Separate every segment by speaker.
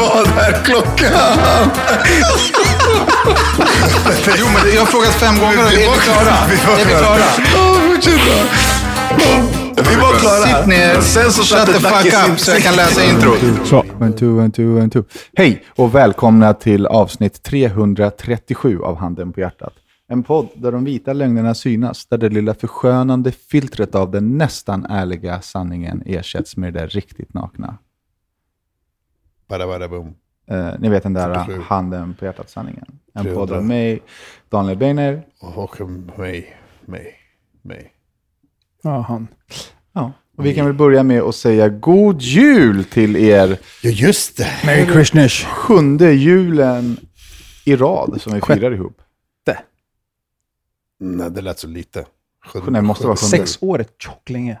Speaker 1: Vad är klockan?
Speaker 2: Jo, men jag har frågat fem gånger och är vi klara? Är vi klara?
Speaker 1: Ja, fortsätta. Vi var klara.
Speaker 2: Sitt ner,
Speaker 1: Sen så
Speaker 2: shut
Speaker 1: satte
Speaker 2: the fuck
Speaker 1: Dacke
Speaker 2: up
Speaker 1: sin-
Speaker 2: så jag kan läsa introt.
Speaker 3: Så, one, two, one, two, one, two. Hej och välkomna till avsnitt 337 av Handen på hjärtat. En podd där de vita lögnerna synas, där det lilla förskönande filtret av den nästan ärliga sanningen ersätts med det där riktigt nakna.
Speaker 1: Bara, bara, boom.
Speaker 3: Eh, ni vet den där
Speaker 1: 47.
Speaker 3: Handen på hjärtat-sanningen. En
Speaker 1: 300.
Speaker 3: podd av mig, Daniel Beiner.
Speaker 1: Och mig, mig, mig.
Speaker 4: Ja, han.
Speaker 3: Ja. Och vi kan väl börja med att säga god jul till er.
Speaker 1: Ja, just det.
Speaker 4: Merry Christmas.
Speaker 3: Sjunde julen i rad som vi firar ihop.
Speaker 1: Nej, det lät så lite. Sju,
Speaker 3: Nej, det måste vara sjunde.
Speaker 4: Sex år är tjockt länge.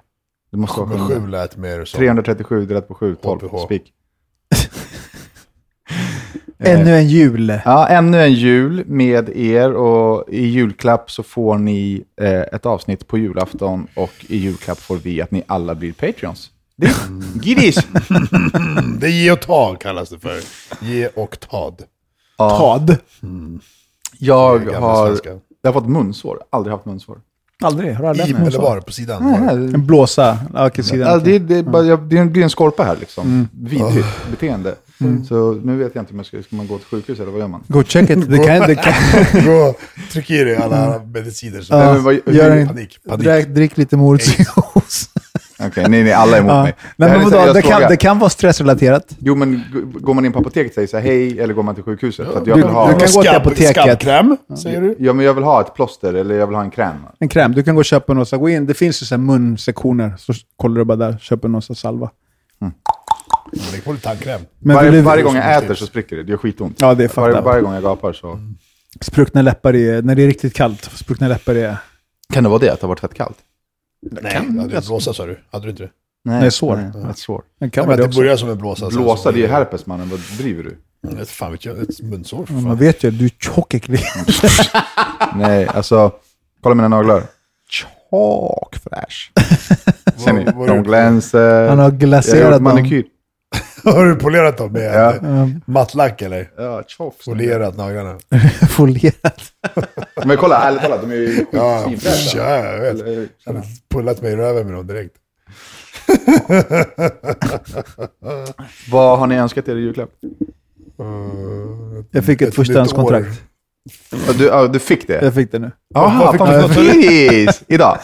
Speaker 3: Det måste vara
Speaker 1: sju,
Speaker 3: sjunde.
Speaker 1: sju lät mer som...
Speaker 3: 337 delat på 7, 12.
Speaker 1: HPH.
Speaker 3: Spik.
Speaker 4: Ännu en jul.
Speaker 3: Ja, ännu en jul med er och i julklapp så får ni eh, ett avsnitt på julafton och i julklapp får vi att ni alla blir Patreons. Det är Giddies!
Speaker 1: Det är ge och ta kallas det för. Ge och tad.
Speaker 4: Tad.
Speaker 3: Jag
Speaker 1: Det är gamla
Speaker 3: har,
Speaker 1: svenska.
Speaker 3: jag har fått munsår. Aldrig haft munsår. Mm.
Speaker 4: Aldrig. Har du aldrig
Speaker 1: I
Speaker 4: haft en
Speaker 1: eller
Speaker 4: sån?
Speaker 1: var på sidan? Var.
Speaker 4: En blåsa. Ja, okej,
Speaker 3: Ja,
Speaker 4: sidan. Mm.
Speaker 3: det, är- det, är bara, jag, det är en- blir en skorpa här liksom. Vidrigt
Speaker 4: Ah.
Speaker 3: beteende. Så nu vet jag inte om jag ska, ska man gå till sjukhus eller vad gör man?
Speaker 4: Go check it. Det kan, det kan.
Speaker 1: Gå och tryck i dig alla mediciner. som-
Speaker 3: Mm. Nej, men vad-
Speaker 4: gör en-
Speaker 1: Panik, panik.
Speaker 4: Drick, drick lite morotsjuice.
Speaker 3: Okej, ni, ni är alla är emot
Speaker 4: Ja.
Speaker 3: mig.
Speaker 4: Ah. Nej,
Speaker 3: Det här är
Speaker 4: men
Speaker 3: en
Speaker 4: vadå?
Speaker 3: seriös
Speaker 4: Det kan,
Speaker 3: fråga.
Speaker 4: det kan vara stressrelaterat.
Speaker 3: Jo, men g- går man in på apoteket och säger så här, hej, eller går man till sjukhuset? För att jag,
Speaker 4: Du-
Speaker 3: vill ha,
Speaker 4: du kan- gå till
Speaker 1: Skabb-
Speaker 4: apoteket.
Speaker 1: Skabbkräm, säger du?
Speaker 3: ja, men jag vill ha ett plåster eller jag vill ha en kräm.
Speaker 4: En kräm. Du kan gå och köpa någon. så här, Gå in. Det finns ju så här munsektioner. Så kollar du bara där. Köper någon så här salva.
Speaker 1: Lägg på lite tandkräm.
Speaker 4: Men
Speaker 3: varje,
Speaker 4: vill du-
Speaker 3: varje gång
Speaker 1: som
Speaker 3: jag
Speaker 1: ett
Speaker 3: äter
Speaker 1: tips.
Speaker 3: så spricker det, det gör skitont.
Speaker 4: Ja, det Mm. är fucked
Speaker 3: varje,
Speaker 4: up.
Speaker 3: varje gång jag gapar så...
Speaker 4: Spruckna läppar är... När det är riktigt kallt. Spruckna läppar är...
Speaker 3: Kan det vara det, att det har varit fett kallt?
Speaker 1: Nej, hade du en blåsa sa du? Hade du inte det?
Speaker 4: Nej, sår.
Speaker 3: ett sår.
Speaker 4: Det kan
Speaker 1: Nej,
Speaker 4: vara
Speaker 1: men
Speaker 4: det
Speaker 1: det
Speaker 4: också.
Speaker 1: börjar som en blåsa. sen
Speaker 3: Blåsa,
Speaker 4: Alltså,
Speaker 1: så-
Speaker 3: det är ju herpes mannen, vad driver du?
Speaker 1: Jag vet Fan vet jag, ett munsår. för
Speaker 4: Ja, Man
Speaker 1: Fan.
Speaker 4: Mm, vet ju. Du är tjock äcklig.
Speaker 3: Nej, alltså, kolla mina naglar. Tjock fräsch. Ser ni?
Speaker 1: Vad- vad
Speaker 3: De
Speaker 1: du-
Speaker 4: Han
Speaker 3: glänser.
Speaker 4: har
Speaker 3: Jag har gjort
Speaker 4: glaserat dem.
Speaker 3: manikyr.
Speaker 1: Har du polerat dem med
Speaker 3: Ja.
Speaker 1: eh, mattlack eller?
Speaker 3: Ja, tjock.
Speaker 1: Polerat naglarna?
Speaker 4: Folierat.
Speaker 3: Men kolla, ärligt talat, de är ju
Speaker 1: Ja,
Speaker 3: skitsvinfräscha.
Speaker 1: ja, jag vet.
Speaker 3: Eller-
Speaker 1: Jag hade pullat mig i röven med dem direkt.
Speaker 3: Vad har ni önskat er i julklapp?
Speaker 4: Jag fick ett
Speaker 1: nytt
Speaker 4: förstahandskontrakt.
Speaker 1: år.
Speaker 3: Ja, Du, ja, du fick det?
Speaker 4: Jag fick det nu. Eh,
Speaker 3: Jaha,
Speaker 1: fick
Speaker 3: fan,
Speaker 1: du?
Speaker 3: gris! Idag?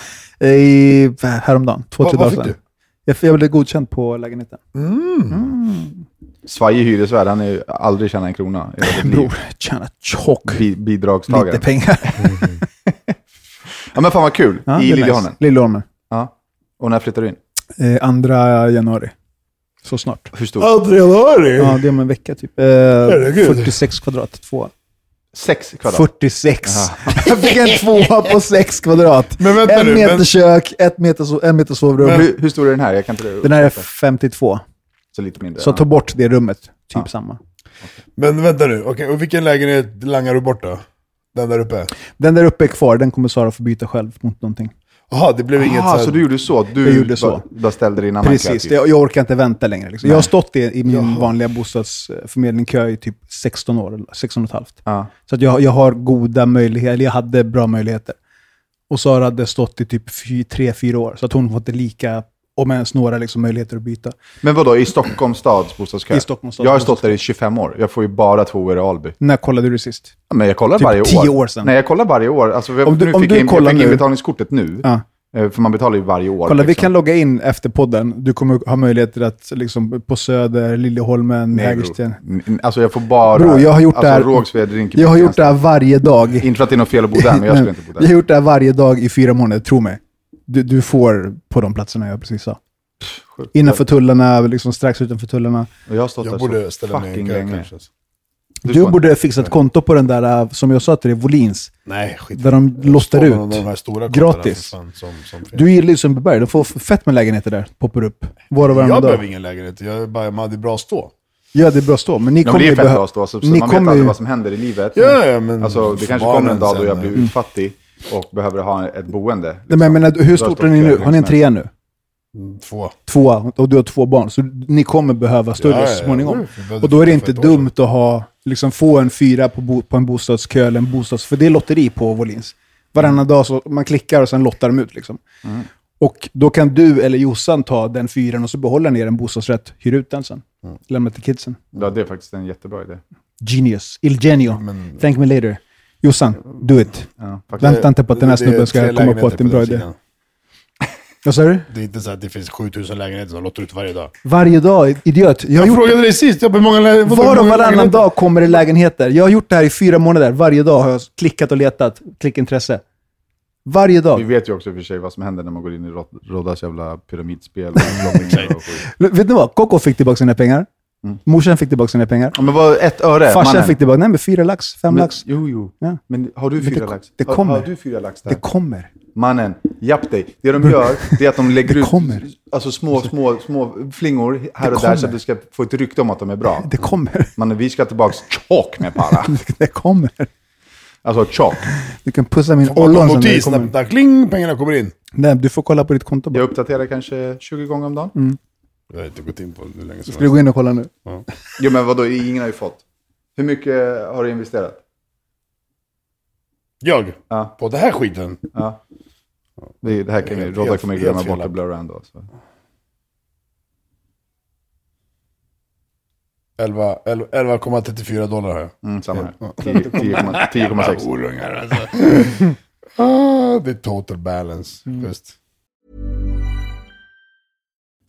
Speaker 4: I, häromdagen. Två,
Speaker 1: Vad-
Speaker 4: tre
Speaker 1: vad
Speaker 4: dagar
Speaker 1: fick
Speaker 4: sedan. Jag, jag blev godkänd på lägenheten.
Speaker 3: Svajig hyresvärd, han är ju aldrig tjäna en krona i hela sitt liv.
Speaker 4: Bror, tjäna tjock.
Speaker 3: Bi- bidragstagare.
Speaker 4: Lite pengar.
Speaker 3: Ja men fan vad kul,
Speaker 4: Ja, det är
Speaker 3: i
Speaker 4: nice.
Speaker 3: Liljeholmen.
Speaker 4: Liljeholmen.
Speaker 3: Ja. Och när flyttar du in?
Speaker 4: Eh, andra januari. Så snart.
Speaker 3: Hur stor?
Speaker 1: Andra januari?
Speaker 4: Ja, det är om en vecka typ. Eh,
Speaker 1: Herregud.
Speaker 4: 46 kvadrat. Två.
Speaker 3: Sex kvadrat?
Speaker 4: 46. Jag fick en tvåa på 6 kvadrat.
Speaker 1: Men vänta
Speaker 4: en
Speaker 1: nu,
Speaker 4: meter
Speaker 1: men-
Speaker 4: kök, ett meter, so- en meter sovrum.
Speaker 3: hur, hur stor är den här? Jag kan inte
Speaker 4: Den här är 52.
Speaker 3: Så lite mindre.
Speaker 4: Så
Speaker 3: ja.
Speaker 4: ta bort det rummet. Typ samma.
Speaker 1: Men vänta nu, okej, och vilken lägenhet langar du bort då? Den där uppe?
Speaker 4: Den där uppe är kvar. Den kommer Sara få byta själv mot någonting.
Speaker 1: Jaha, det blev inget
Speaker 3: Aha,
Speaker 1: här-
Speaker 3: så du gjorde så? Du
Speaker 4: Jag gjorde så.
Speaker 3: Bara, bara ställde din annan
Speaker 4: Precis,
Speaker 3: kö, typ.
Speaker 4: jag, jag orkar inte vänta längre. Liksom. Jag har stått i, i min vanliga bostadsförmedlingkö i typ 16 år, eller 16 och ett halvt.
Speaker 3: Ja.
Speaker 4: Så att jag, jag har goda möjligheter, eller jag hade bra möjligheter. Och Sara hade stått i typ 3-4 år, så att hon fått lika, om ens några liksom, möjligheter att byta.
Speaker 3: Men vadå, i Stockholms stads bostadskö?
Speaker 4: I Stockholms stads
Speaker 3: jag har stått där i 25 år. Jag får ju bara tvåor i Alby.
Speaker 4: När kollade du sist?
Speaker 3: Ja, Men jag kollar
Speaker 4: Typ
Speaker 3: varje år.
Speaker 4: 10 år sedan.
Speaker 3: Nej, jag kollar varje år. Alltså, jag,
Speaker 4: Om du-
Speaker 3: nu
Speaker 4: om
Speaker 3: fick
Speaker 4: du
Speaker 3: jag in,
Speaker 4: kollar
Speaker 3: jag fick in
Speaker 4: nu-
Speaker 3: betalningskortet nu.
Speaker 4: Ja.
Speaker 3: Eh, För man betalar ju varje år.
Speaker 4: Kolla, vi
Speaker 3: liksom.
Speaker 4: kan logga in efter podden. Du kommer ha möjligheter att liksom, på Söder, Liljeholmen,
Speaker 3: Nej, bro.
Speaker 4: Hägersten.
Speaker 3: Mm, Alltså jag får bara...
Speaker 4: Bro, jag har gjort
Speaker 3: alltså,
Speaker 4: det här-
Speaker 3: Rågsved, Rinkeby.
Speaker 4: Jag har gjort det här varje dag.
Speaker 3: Inte för att det är något fel att bo där, men jag skulle inte bo
Speaker 4: Jag
Speaker 3: där.
Speaker 4: har gjort det här varje dag i fyra månader, tro mig. Du, du får på de platserna jag precis sa. Innanför tullarna, liksom strax utanför tullarna.
Speaker 3: Och jag har stått
Speaker 1: Jag
Speaker 3: där
Speaker 1: borde
Speaker 3: så
Speaker 1: ställa mig i en
Speaker 3: fucking
Speaker 1: kö
Speaker 3: länge.
Speaker 1: kanske.
Speaker 2: Du
Speaker 4: Du,
Speaker 2: får-
Speaker 4: borde fixa ett konto på den där, äh, som jag sa till dig, Volins.
Speaker 1: Nej, skit
Speaker 4: Där de lottar
Speaker 1: Spara någon av
Speaker 4: ut.
Speaker 1: de här stora kontona
Speaker 4: Gratis.
Speaker 1: för fan Som, som finns.
Speaker 4: Du gillar ju Sundbyberg. De får fett med lägenheter där. Poppar upp. Var och varannan
Speaker 1: jag
Speaker 4: dag.
Speaker 1: behöver ingen lägenhet. Jag är bara, jag hade bra stå.
Speaker 4: Ja, det är bra stå. Men ni
Speaker 3: Ja, men
Speaker 4: kommer
Speaker 3: det är
Speaker 4: ju
Speaker 3: ju fett bra
Speaker 4: behöva...
Speaker 3: att stå, alltså, så, så
Speaker 4: Ni
Speaker 3: man vet
Speaker 4: kommer
Speaker 3: aldrig
Speaker 4: ju-
Speaker 3: vad som händer i livet.
Speaker 1: Ja, ja, men
Speaker 3: Alltså, det
Speaker 1: för
Speaker 3: kanske kommer en
Speaker 1: Mm. barnen
Speaker 3: dag då
Speaker 1: sen,
Speaker 3: jag blir utfattig och behöver ha ett boende. liksom.
Speaker 4: Nej, men jag menar, hur
Speaker 3: Bra
Speaker 4: stort
Speaker 3: stå
Speaker 4: är ni nu?
Speaker 3: kväll,
Speaker 4: Har ni en
Speaker 3: liksom.
Speaker 4: trea nu?
Speaker 1: mm, Två.
Speaker 4: Tvåa. Och du har två barn. Så ni kommer behöva större så småningom.
Speaker 1: Vi behövde
Speaker 4: Och då är det
Speaker 1: flytta Mm, för
Speaker 4: inte
Speaker 1: ett år sedan.
Speaker 4: dumt att ha, liksom få en fyra på, bo, på en bostadskö eller en bostads... För det är lotteri på
Speaker 1: Mm.
Speaker 4: Volins. Varannan dag så man klickar och sen lottar de ut. Liksom. Och då kan du eller Jossan ta den fyran och så behåller ni er en bostadsrätt, hyr ut den sen.
Speaker 1: Mm.
Speaker 4: Lämna till kidsen.
Speaker 3: Ja, det är faktiskt en jättebra idé.
Speaker 4: Genius. Il genio.
Speaker 1: Men-
Speaker 4: Thank me later. Jossan, do it.
Speaker 3: Ja, faktiskt.
Speaker 4: Vänta inte på att den här
Speaker 1: Det- det är tre
Speaker 4: snubben ska komma på
Speaker 1: lägenheter
Speaker 4: att det är en bra
Speaker 1: den
Speaker 4: idé.
Speaker 1: sidan.
Speaker 4: Vad sa du?
Speaker 1: Det är inte så att det finns 7000 lägenheter som låter ut varje dag.
Speaker 4: Varje dag, idiot. Jag har
Speaker 1: Jag,
Speaker 4: gjort,
Speaker 1: frågade dig sist, jag, hur många lä- vadå, hur
Speaker 4: var och
Speaker 1: många
Speaker 4: varannan
Speaker 1: lägenheter?
Speaker 4: dag kommer det lägenheter. Jag har gjort det här i fyra månader. Varje dag har jag klickat och letat. Klickintresse. Varje
Speaker 3: Vi
Speaker 4: dag.
Speaker 3: vet ju också i och för sig vad som händer när man går in i Rod- Roddas jävla pyramidspel. Och drottningar och skit.
Speaker 4: L- Vet ni vad? Koko fick tillbaka sina pengar. Morsan fick tillbaka sina pengar.
Speaker 3: ja, men vad, ett öre?
Speaker 4: Farsan
Speaker 3: mannen.
Speaker 4: fick tillbaka, nej men fyra lax, fem
Speaker 3: Men-
Speaker 4: lax.
Speaker 3: Jo, jo.
Speaker 4: Ja.
Speaker 3: Men har du
Speaker 4: Men det
Speaker 3: fyra
Speaker 4: ko-
Speaker 3: lax?
Speaker 4: det
Speaker 3: Har-
Speaker 4: kommer.
Speaker 3: Har du fyra lax där?
Speaker 4: Det kommer.
Speaker 3: Mannen, japp dig. Det de gör, det är att de lägger
Speaker 4: Det
Speaker 3: ut
Speaker 4: kommer.
Speaker 3: Alltså, små, små, små flingor här
Speaker 4: Det
Speaker 3: och där så
Speaker 4: kommer.
Speaker 3: att du ska få ett rykte om att de är bra.
Speaker 4: Det kommer.
Speaker 3: Mannen, vi ska tillbaka tjock med para.
Speaker 4: Det kommer.
Speaker 3: Alltså tjock.
Speaker 4: Du kan pussa min
Speaker 1: Vad
Speaker 4: ollon
Speaker 1: kom
Speaker 4: sen när det
Speaker 1: notis
Speaker 4: kommer.
Speaker 1: när där, kling, pengarna kommer in.
Speaker 4: Nej, du får kolla på ditt konto bara.
Speaker 3: Jag uppdaterar kanske 20 gånger om dagen.
Speaker 4: Mm.
Speaker 1: Jag har inte gått in på hur länge som
Speaker 4: Ska du
Speaker 1: helst.
Speaker 4: gå in och kolla nu?
Speaker 3: Jo, men vadå, ingen har ju fått. Hur mycket har du investerat?
Speaker 1: Jag?
Speaker 3: Ja.
Speaker 1: På den här skiten?
Speaker 3: Ja. Det, det här kan vi,
Speaker 1: Helt-
Speaker 3: Rodda kommer
Speaker 1: helt-
Speaker 3: glömma
Speaker 1: helt fel
Speaker 3: bort att
Speaker 1: app.
Speaker 3: blurra ändå. Så.
Speaker 1: Mm. 11 11 11,34 dollar har jag.
Speaker 3: Mm, samma här. 10,6. 10, 10,6.
Speaker 1: Orungar alltså. ah, det är total balance.
Speaker 4: Mm.
Speaker 1: Just.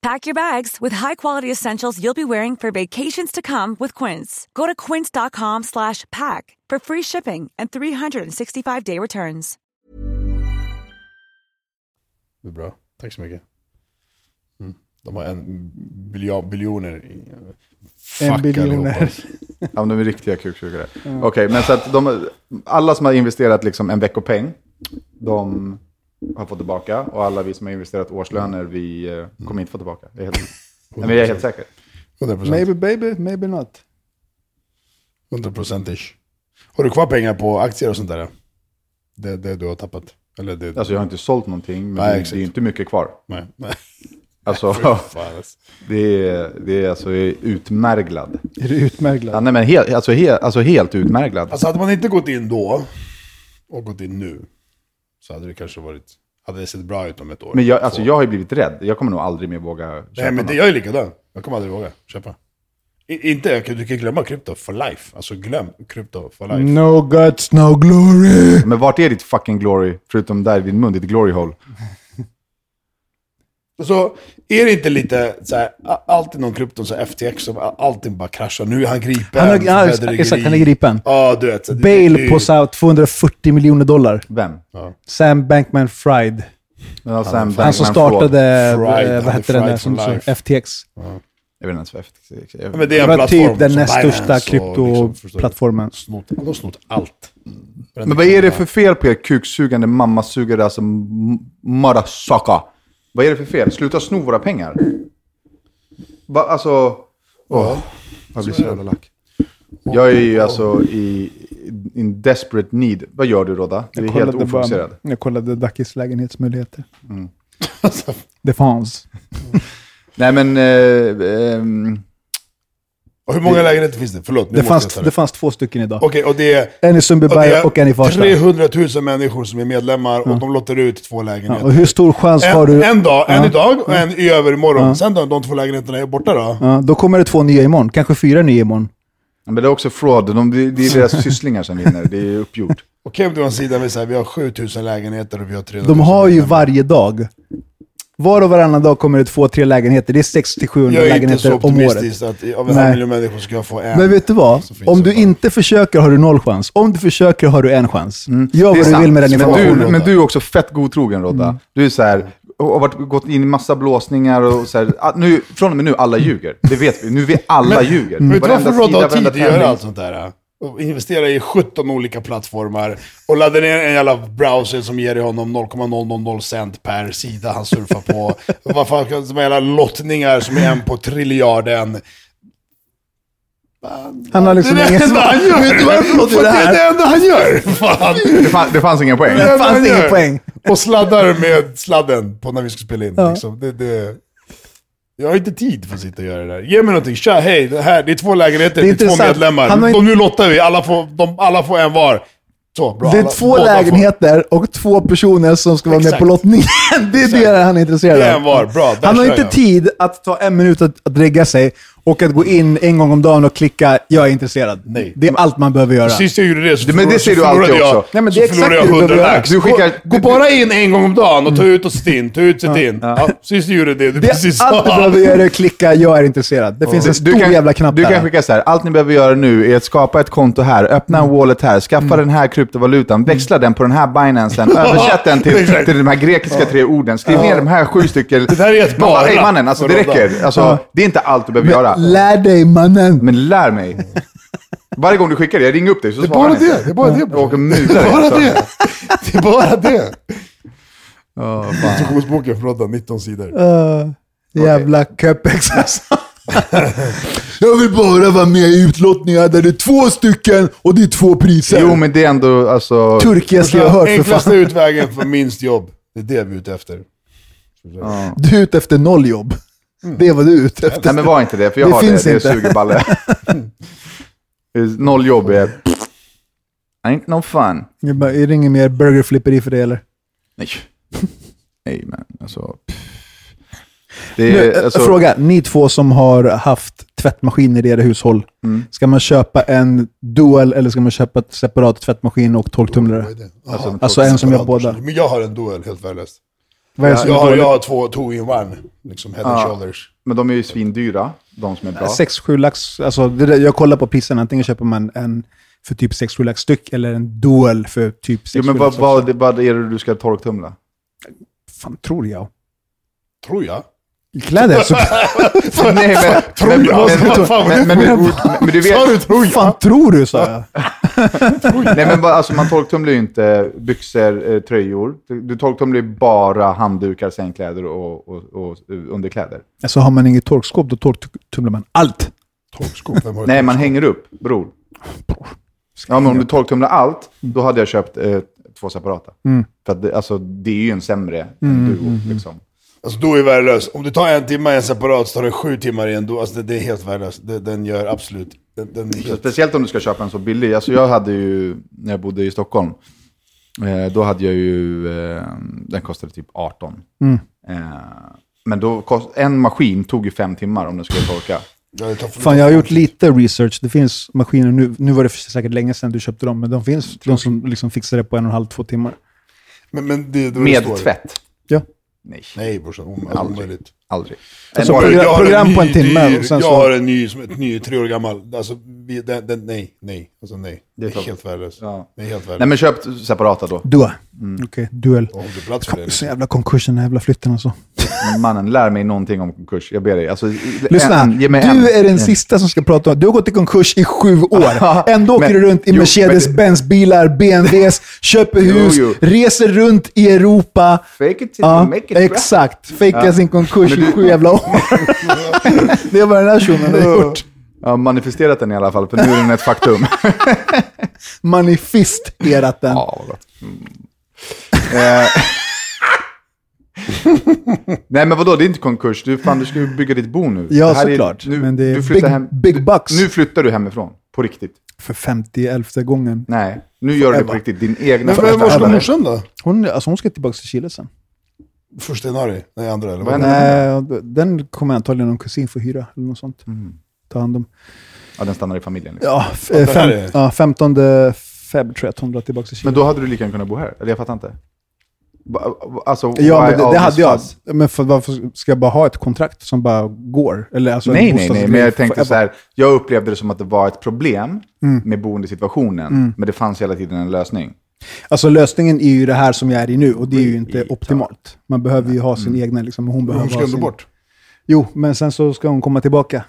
Speaker 5: Pack your bags with high-quality essentials you'll be wearing for vacations to come with Quince. Go to quince.com slash pack for free shipping and 365-day returns.
Speaker 1: Det är bra. Tack så mycket. Mm. De har en biljon, biljoner. i- Fuck
Speaker 4: biljoner.
Speaker 1: allihopa.
Speaker 3: Ja, men de är riktiga kuksugare. Okej, men så att de, alla som har investerat liksom en veckopeng, de har fått tillbaka. Och alla vi som har investerat årslöner, vi eh, kommer inte få tillbaka. Jag är helt, nej, men jag är helt säker.
Speaker 1: 100%.
Speaker 4: Maybe baby, maybe not.
Speaker 1: 100% ish. Har du kvar pengar på aktier och sånt där? Det, det du har tappat? Eller det...
Speaker 3: Alltså, jag har inte sålt någonting, men
Speaker 1: Nej,
Speaker 3: det, det
Speaker 1: exakt.
Speaker 3: är ju inte mycket kvar.
Speaker 1: Nej. nej.
Speaker 3: Alltså,
Speaker 1: Fan, alltså.
Speaker 3: det är, det är alltså jag är utmärglad.
Speaker 4: Är du utmärglad?
Speaker 3: Ja, nej, men helt, alltså, helt, alltså helt utmärglad.
Speaker 1: Alltså hade man inte gått in då och gått in nu så hade det kanske varit... Hade det sett bra ut om ett år.
Speaker 3: Men jag, alltså,
Speaker 1: två.
Speaker 3: jag har ju blivit rädd. Jag kommer nog aldrig mer våga köpa
Speaker 1: Nej men
Speaker 3: något.
Speaker 1: det, jag är likadan. Jag kommer aldrig våga köpa. I, inte, jag kan- du kan glömma krypto for life. Alltså glöm krypto for life.
Speaker 4: No guts, no glory.
Speaker 3: Men vart är ditt fucking glory, förutom där i din mun, ditt glory hole?
Speaker 1: Så är det inte lite så här, a- alltid någon krypton som FTX som a- allting bara kraschar. Nu är han gripen.
Speaker 4: Han är- ja,
Speaker 1: för
Speaker 4: exakt,
Speaker 1: bedrägeri.
Speaker 4: exakt, han är gripen.
Speaker 1: Ja, du vet. så det- det-
Speaker 4: Bail
Speaker 1: det-
Speaker 4: på så här 240 miljoner dollar.
Speaker 3: Vem?
Speaker 4: Sam Bankman Fried.
Speaker 3: Men alltså, han,
Speaker 4: Han som startade,
Speaker 1: Fried,
Speaker 4: eh,
Speaker 1: han
Speaker 4: vad
Speaker 1: är
Speaker 4: hette den där,
Speaker 1: fried
Speaker 4: som,
Speaker 1: for
Speaker 4: som
Speaker 1: life.
Speaker 4: FTX.
Speaker 3: Jag vet inte ens vad FTX
Speaker 1: Ja,
Speaker 3: är.
Speaker 1: men det, är
Speaker 4: Det
Speaker 1: en
Speaker 4: var
Speaker 1: plattform
Speaker 4: typ den
Speaker 1: som
Speaker 4: näst
Speaker 1: Binance
Speaker 4: största
Speaker 1: och liksom, förstår du?
Speaker 4: kryptoplattformen.
Speaker 1: Snott, de har snott allt.
Speaker 3: Men vad är det för fel på er kuksugande mammasugare, alltså m- motherfucker? Vad är det för fel? Sluta sno våra pengar. Va, alltså... Åh, jag blir så jävla lack. Jag är ju alltså i in desperate need. Vad gör du Rodda? Du är helt
Speaker 4: kollade bara-
Speaker 3: ofokuserad.
Speaker 4: Jag kollade Dackis lägenhetsmöjligheter.
Speaker 1: Alltså,
Speaker 4: Det fanns.
Speaker 3: Nej men... Eh, ehm,
Speaker 1: och hur många lägenheter finns det? Förlåt, nu
Speaker 4: Det
Speaker 1: måste jag
Speaker 4: fanns,
Speaker 1: ta
Speaker 4: det fanns två stycken idag.
Speaker 1: Okej, och det är...
Speaker 4: en i Sundbyberg och, en i Farsta.
Speaker 1: 300 000 människor som är medlemmar och de lottar ut två
Speaker 4: Ja,
Speaker 1: lägenheter.
Speaker 4: och hur stor chans har
Speaker 1: en,
Speaker 4: du?
Speaker 1: en dag, en
Speaker 4: Ja.
Speaker 1: idag och en i övermorgon. Sen då, de två lägenheterna är borta då?
Speaker 4: Ja, då kommer det två nya imorgon, kanske fyra nya imorgon.
Speaker 3: men det är också fraud. De, det det är deras sysslingar som vinner. Det är uppgjort.
Speaker 1: Okej om det var en sida med så här, vi har 7000 lägenheter och vi har 300
Speaker 4: De
Speaker 1: 000
Speaker 4: har ju
Speaker 1: medlemmar.
Speaker 4: varje dag. Var och varannan dag kommer det två, tre lägenheter. Det är 600-700
Speaker 1: Jag är inte så
Speaker 4: lägenheter om året.
Speaker 1: optimistisk att av en halv
Speaker 4: Nej.
Speaker 1: miljon människor ska jag få en.
Speaker 4: Men vet du vad?
Speaker 1: Så finns
Speaker 4: Om
Speaker 1: det
Speaker 4: du
Speaker 1: bara.
Speaker 4: inte försöker har du noll chans. Om du försöker har du en chans.
Speaker 1: Mm.
Speaker 4: Gör
Speaker 3: Det är
Speaker 4: vad du
Speaker 3: sant.
Speaker 4: vill med den
Speaker 3: men
Speaker 4: informationen. Mm.
Speaker 3: du, men du är också fett godtrogen Rodda. Du är så här, och har varit, gått in i massa blåsningar och så här, ah, nu, från och med nu, alla ljuger. Det vet vi. Nu vet alla ljuger.
Speaker 4: Mm.
Speaker 1: Vet du
Speaker 3: Varenda
Speaker 1: varför Rodda
Speaker 3: sida,
Speaker 1: har tid
Speaker 3: varenda
Speaker 1: att göra
Speaker 3: tävling.
Speaker 1: allt sånt där? Och investera i 17 olika plattformar och ladda ner en jävla browser som ger honom 0,000 cent per sida han surfar på. Vad fan, de här jävla lottningar som är en på triljarden.
Speaker 4: Han har liksom
Speaker 1: det är det
Speaker 4: ingen
Speaker 1: enda
Speaker 4: svar.
Speaker 1: han gör!
Speaker 4: Vet du varför
Speaker 1: För
Speaker 4: låter det
Speaker 1: det är
Speaker 4: här?
Speaker 1: det enda han gör! Fan!
Speaker 3: Det, fann, det fanns ingen poäng.
Speaker 1: är
Speaker 4: Det
Speaker 1: enda han
Speaker 4: fanns ingen
Speaker 1: gör.
Speaker 4: poäng.
Speaker 1: Och sladdar med sladden på när vi ska spela in.
Speaker 4: Ja.
Speaker 1: Liksom. Det, det... Jag har inte tid för att sitta och göra det där. Ge mig någonting. Tja, hej, det, här, det är två lägenheter,
Speaker 4: Det
Speaker 1: det
Speaker 4: är
Speaker 1: är, två
Speaker 4: intressant.
Speaker 1: medlemmar.
Speaker 4: Han har
Speaker 1: Och
Speaker 4: inte-
Speaker 1: nu lottar vi, alla får, de, alla får en var. Så, bra.
Speaker 4: Det är
Speaker 1: alla,
Speaker 4: två
Speaker 1: båda får-
Speaker 4: lägenheter och två personer som ska vara med
Speaker 1: Exakt.
Speaker 4: på lottningen. Det är det han är intresserad
Speaker 1: Det är
Speaker 4: av.
Speaker 1: en var. Bra, där
Speaker 4: han har
Speaker 1: kör
Speaker 4: inte
Speaker 1: jag.
Speaker 4: tid att ta en minut att, att lägga sig och att gå in en gång om dagen och klicka “Jag är intresserad”.
Speaker 1: Nej.
Speaker 4: Det är allt man behöver göra.
Speaker 1: Sist jag gjorde det så
Speaker 3: Men det
Speaker 1: förlorade-
Speaker 3: ser
Speaker 1: så
Speaker 3: du alltid
Speaker 1: förlorade jag,
Speaker 3: också.
Speaker 4: Nej, men det
Speaker 1: så
Speaker 4: är exakt
Speaker 1: förlorade jag
Speaker 4: det du
Speaker 1: 100
Speaker 4: behöver göra.
Speaker 1: lax.
Speaker 3: Du skickar-
Speaker 1: gå, gå bara in en gång om dagen och ta ut och sitt in, ta ut och sitt in. Ja, sist du gjorde det, du
Speaker 4: Det
Speaker 1: precis
Speaker 4: allt du behöver göra är att klicka “Jag är intresserad”. Det finns en stor
Speaker 3: kan,
Speaker 4: jävla knapp
Speaker 3: du kan
Speaker 4: där.
Speaker 3: skicka så här, allt ni behöver göra nu är att skapa ett konto här, öppna en wallet här, skaffa
Speaker 4: Mm.
Speaker 3: den här kryptovalutan, växla den på den här Binancen, översätt den till,
Speaker 1: Exakt.
Speaker 3: till de här grekiska tre orden, skriv ner de här sju stycken.
Speaker 1: Det där är ett
Speaker 3: Man bara,
Speaker 1: bara
Speaker 3: "Ey, mannen, alltså
Speaker 1: för
Speaker 3: det
Speaker 1: Rodda."
Speaker 3: räcker. Alltså, det är inte allt du behöver göra.
Speaker 4: Lär dig mannen.
Speaker 3: Men lär mig. Varje gång du skickar det, jag ringer upp dig så
Speaker 1: Det är
Speaker 3: svarar
Speaker 1: bara
Speaker 3: ni inte.
Speaker 1: det, det är bara det.
Speaker 3: Jag åker och
Speaker 1: Det
Speaker 3: mutar
Speaker 1: är
Speaker 3: dig,
Speaker 1: bara
Speaker 3: alltså.
Speaker 1: det. Det är bara det. Instruktionsboken för Rodda, 19 sidor.
Speaker 4: Jävla köpex alltså. Jag vill bara vara med i utlottningar där det är två stycken och det är två priser.
Speaker 3: Jo, men det är ändå alltså...
Speaker 4: Turkiga ska jag ha hört för fan.
Speaker 1: Enklaste utvägen för minst jobb. Det är det vi är ute efter.
Speaker 4: Du är ute efter noll jobb. Det är vad du är ute efter.
Speaker 3: Nej, men var inte det, för jag
Speaker 4: Det
Speaker 3: har
Speaker 4: finns
Speaker 3: det. Det
Speaker 4: inte.
Speaker 3: suger balle. Noll jobb är... Ain't no fun.
Speaker 4: Jag bara, Är det ingen mer burgerflipperi för dig eller?
Speaker 3: Nej. Nej, men alltså... pff. Det
Speaker 4: Nu,
Speaker 3: är,
Speaker 4: eh,
Speaker 3: alltså
Speaker 4: Fråga, ni två som har haft tvättmaskiner i era hushåll. Ska man köpa en dual eller ska man köpa ett separat tvättmaskin och torktumlare?
Speaker 1: Jaha.
Speaker 4: Alltså en som gör båda.
Speaker 1: Men jag har en duell, helt värdelöst.
Speaker 4: Vad är det som
Speaker 1: Jag
Speaker 4: är
Speaker 1: har,
Speaker 4: dåligt?
Speaker 1: jag har två two in one, liksom head and shoulders.
Speaker 3: men de är ju svindyra, de som är bra.
Speaker 4: Sex, sju lax. Alltså, det där, jag kollar på priserna. Antingen köper man en för typ 6-7 lax styck eller en dual för typ 6
Speaker 3: Jo, men vad, vad, vad är det du ska torktumla?
Speaker 4: fan tror jag?
Speaker 1: Tror jag.
Speaker 4: Kläder? alltså, Så,
Speaker 3: Nej, men...
Speaker 1: Tror
Speaker 3: men-
Speaker 1: jag?
Speaker 3: men-
Speaker 1: Vad fan,
Speaker 3: men- men- men- Men du vet...
Speaker 1: Sa du tror jag?
Speaker 4: fan tror du, sa jag.
Speaker 3: Nej men bara, alltså, man torktumlar ju inte byxor, eh, tröjor. Du, du torktumlar ju bara handdukar, sängkläder och, och, och eh, underkläder.
Speaker 4: Alltså har man inget torkskåp, då torktumlar man allt.
Speaker 1: Torkskåp, vem har
Speaker 3: Nej, man hänger upp, bror. Ja, men om du torktumlar allt, då hade jag köpt eh, två separata. För att det, alltså, det är ju en sämre än duo. Liksom.
Speaker 1: Alltså då är det värdelöst. Om du tar en timme i en separat så tar det sju timmar i en då. Alltså det, det är helt värdelöst. Den, den gör absolut... Den, den är
Speaker 3: Så
Speaker 1: helt...
Speaker 3: speciellt om du ska köpa en så billig. Alltså, jag hade ju, när jag bodde i Stockholm, eh, då hade jag ju, eh, den kostade typ 18.
Speaker 4: Mm.
Speaker 3: Eh, men då kost, en maskin tog ju fem timmar om den skulle torka.
Speaker 1: Ja, det tar för-
Speaker 4: Fan, jag har gjort lite research. Det finns maskiner nu. Nu var det säkert länge sedan du köpte dem, men de finns. De som liksom fixar det på en och en halv, två timmar.
Speaker 1: Men, men det, då är det
Speaker 3: Med
Speaker 1: står.
Speaker 3: tvätt.
Speaker 4: Ja.
Speaker 3: Nej,
Speaker 1: Nej brorsan, om- alltså,
Speaker 3: Aldrig.
Speaker 1: omöjligt.
Speaker 3: aldrig.
Speaker 4: Alltså,
Speaker 3: Bara-
Speaker 4: program-
Speaker 1: Jag har
Speaker 4: program
Speaker 1: en
Speaker 4: på en
Speaker 1: ny,
Speaker 4: timme,
Speaker 1: dyr-
Speaker 4: och sen
Speaker 1: jag
Speaker 4: så-
Speaker 1: har en ny som är ny, tre år gammal. Alltså, vi, den, den, nej, nej. Alltså nej. Det är
Speaker 3: klart.
Speaker 1: helt värdelöst.
Speaker 3: Ja.
Speaker 1: Det är helt värdelöst.
Speaker 3: Nej, men köp separata då.
Speaker 4: Dua.
Speaker 3: Mm.
Speaker 4: Okej, duell.
Speaker 1: Och Om du plats för det. liksom.
Speaker 4: Så jävla konkursen, den här jävla flytten alltså.
Speaker 3: Mannen, lär mig någonting om konkurs. Jag ber dig. Alltså,
Speaker 4: Lyssna,
Speaker 3: en, ge mig en.
Speaker 4: du är den sista som ska prata om Du har gått i konkurs i sju år. Ändå åker du
Speaker 3: Men-
Speaker 4: runt i
Speaker 3: jo, men-
Speaker 4: Mercedes-Benz-bilar, BMWs, köper
Speaker 3: Jo,
Speaker 4: hus,
Speaker 3: jo.
Speaker 4: reser runt i Europa.
Speaker 3: Fake it till
Speaker 4: Ja,
Speaker 3: you make it. bra.
Speaker 4: exakt. Fejka sin konkurs
Speaker 3: Men du-
Speaker 4: i sju jävla år. det är vad den här tjonen har gjort.
Speaker 3: Jag har manifesterat den i alla fall, för nu är den ett faktum.
Speaker 4: Manifesterat den.
Speaker 3: ja, vad gott. Mm. Eh, Nej men vadå, det är inte konkurs. Du, fan, du ska ju bygga ditt bo nu.
Speaker 4: Ja,
Speaker 3: Det här är-
Speaker 4: såklart.
Speaker 3: nu,
Speaker 4: Men det är
Speaker 3: du flyttar
Speaker 4: big-
Speaker 3: hem,
Speaker 4: big bucks.
Speaker 3: Nu flyttar du hemifrån, på riktigt.
Speaker 4: För 51 gången.
Speaker 3: Nej, nu gör du det på
Speaker 4: Ebba.
Speaker 3: riktigt. Din egna
Speaker 1: Men men var ska
Speaker 3: affär.
Speaker 1: morsan då?
Speaker 4: Hon, alltså hon ska tillbaka till Chile sen.
Speaker 1: Första januari? Nej, andra eller?
Speaker 3: Vad
Speaker 1: vad?
Speaker 3: händer?
Speaker 4: Nej, den kommer antagligen någon kusin få hyra eller något sånt.
Speaker 3: Mm.
Speaker 4: Ta hand om.
Speaker 3: Ja, den stannar i familjen. Liksom.
Speaker 4: Ja, f-
Speaker 1: det här
Speaker 4: fem,
Speaker 1: är-
Speaker 4: ja, 15 feb tror jag att hon drar tillbaka till Chile.
Speaker 3: Men då hade du lika gärna kunnat bo här. Eller jag fattar inte. Va- va- Alltså,
Speaker 4: ja,
Speaker 3: why
Speaker 4: men det,
Speaker 3: all
Speaker 4: det
Speaker 3: this
Speaker 4: hade jag.
Speaker 3: fuss?
Speaker 4: Men för, varför ska jag bara ha ett kontrakt som bara går? Eller alltså en
Speaker 3: nej, nej, nej.
Speaker 4: bostadsgrej
Speaker 3: Men jag tänkte
Speaker 4: forever?
Speaker 3: så här. Jag upplevde det som att det var ett problem
Speaker 4: Mm.
Speaker 3: med boendesituationen. Men det fanns hela tiden en lösning.
Speaker 4: Alltså lösningen är ju det här som jag är i nu och det är ju inte optimalt. Man behöver ju ha sin egna, liksom, och hon behöver
Speaker 1: Mm. Hon ska
Speaker 4: ha
Speaker 1: ändå
Speaker 4: sin...
Speaker 1: bort.
Speaker 4: Jo, men sen så ska hon komma tillbaka.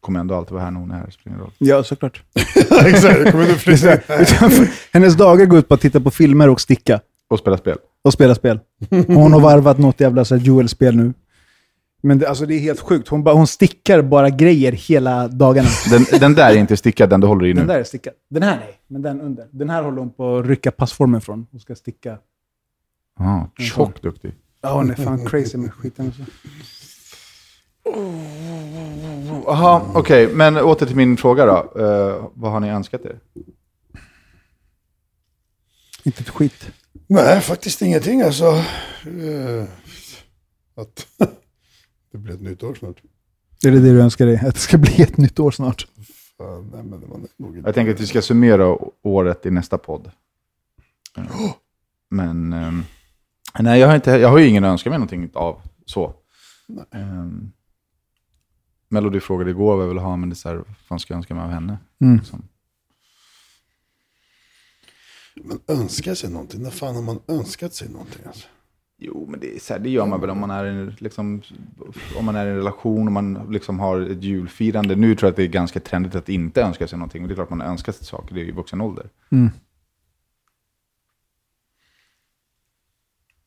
Speaker 3: Kommer ändå alltid vara här när hon är här. det Spelar ingen roll.
Speaker 4: Ja, såklart.
Speaker 1: Exakt, kommer du flytta?
Speaker 4: Hennes dagar går ut på att titta på filmer och sticka
Speaker 3: Och spela spel.
Speaker 4: och spela spel. Och hon har varvat något jävla så här Joel-spel nu. Men det, alltså, det är helt sjukt. Hon, bara, hon stickar bara grejer hela dagarna.
Speaker 3: Den, den där är inte stickad, den du håller i nu.
Speaker 4: Den där är stickad. Den här nej, men den under. Den här håller hon på att rycka passformen från. Hon ska sticka.
Speaker 3: Ah,
Speaker 4: Mm.
Speaker 3: tjock duktig.
Speaker 4: Ja, hon är fan crazy med skiten. alltså. och så.
Speaker 3: Jaha, okej. Men åter till min fråga då. Eh, vad har ni önskat er?
Speaker 4: Inte ett skit.
Speaker 1: Nej, faktiskt ingenting alltså. Eh, Att det blir ett nytt år snart.
Speaker 4: Är det det du önskar dig? Att det ska bli ett nytt år snart?
Speaker 1: Fan, nej, men det var nog inte-
Speaker 3: Jag tänker att vi ska summera å- året i nästa podd. Eh, Men ehm, nej, jag, har inte, jag har ju ingen önskan mig någonting av så. Um, Melody frågade igår vad jag ville ha, men det är så här, vad fan ska jag önska mig av henne?
Speaker 4: Mm.
Speaker 3: Liksom.
Speaker 1: Men önska sig någonting, när fan har man önskat sig någonting? Alltså?
Speaker 3: Jo, men det, är så här, det gör man väl om man är i en- liksom, om man är i en relation och man liksom har ett julfirande. Nu tror jag att det är ganska trendigt att inte önska sig någonting. Men det är klart man önskar sig saker, det är ju vuxen ålder.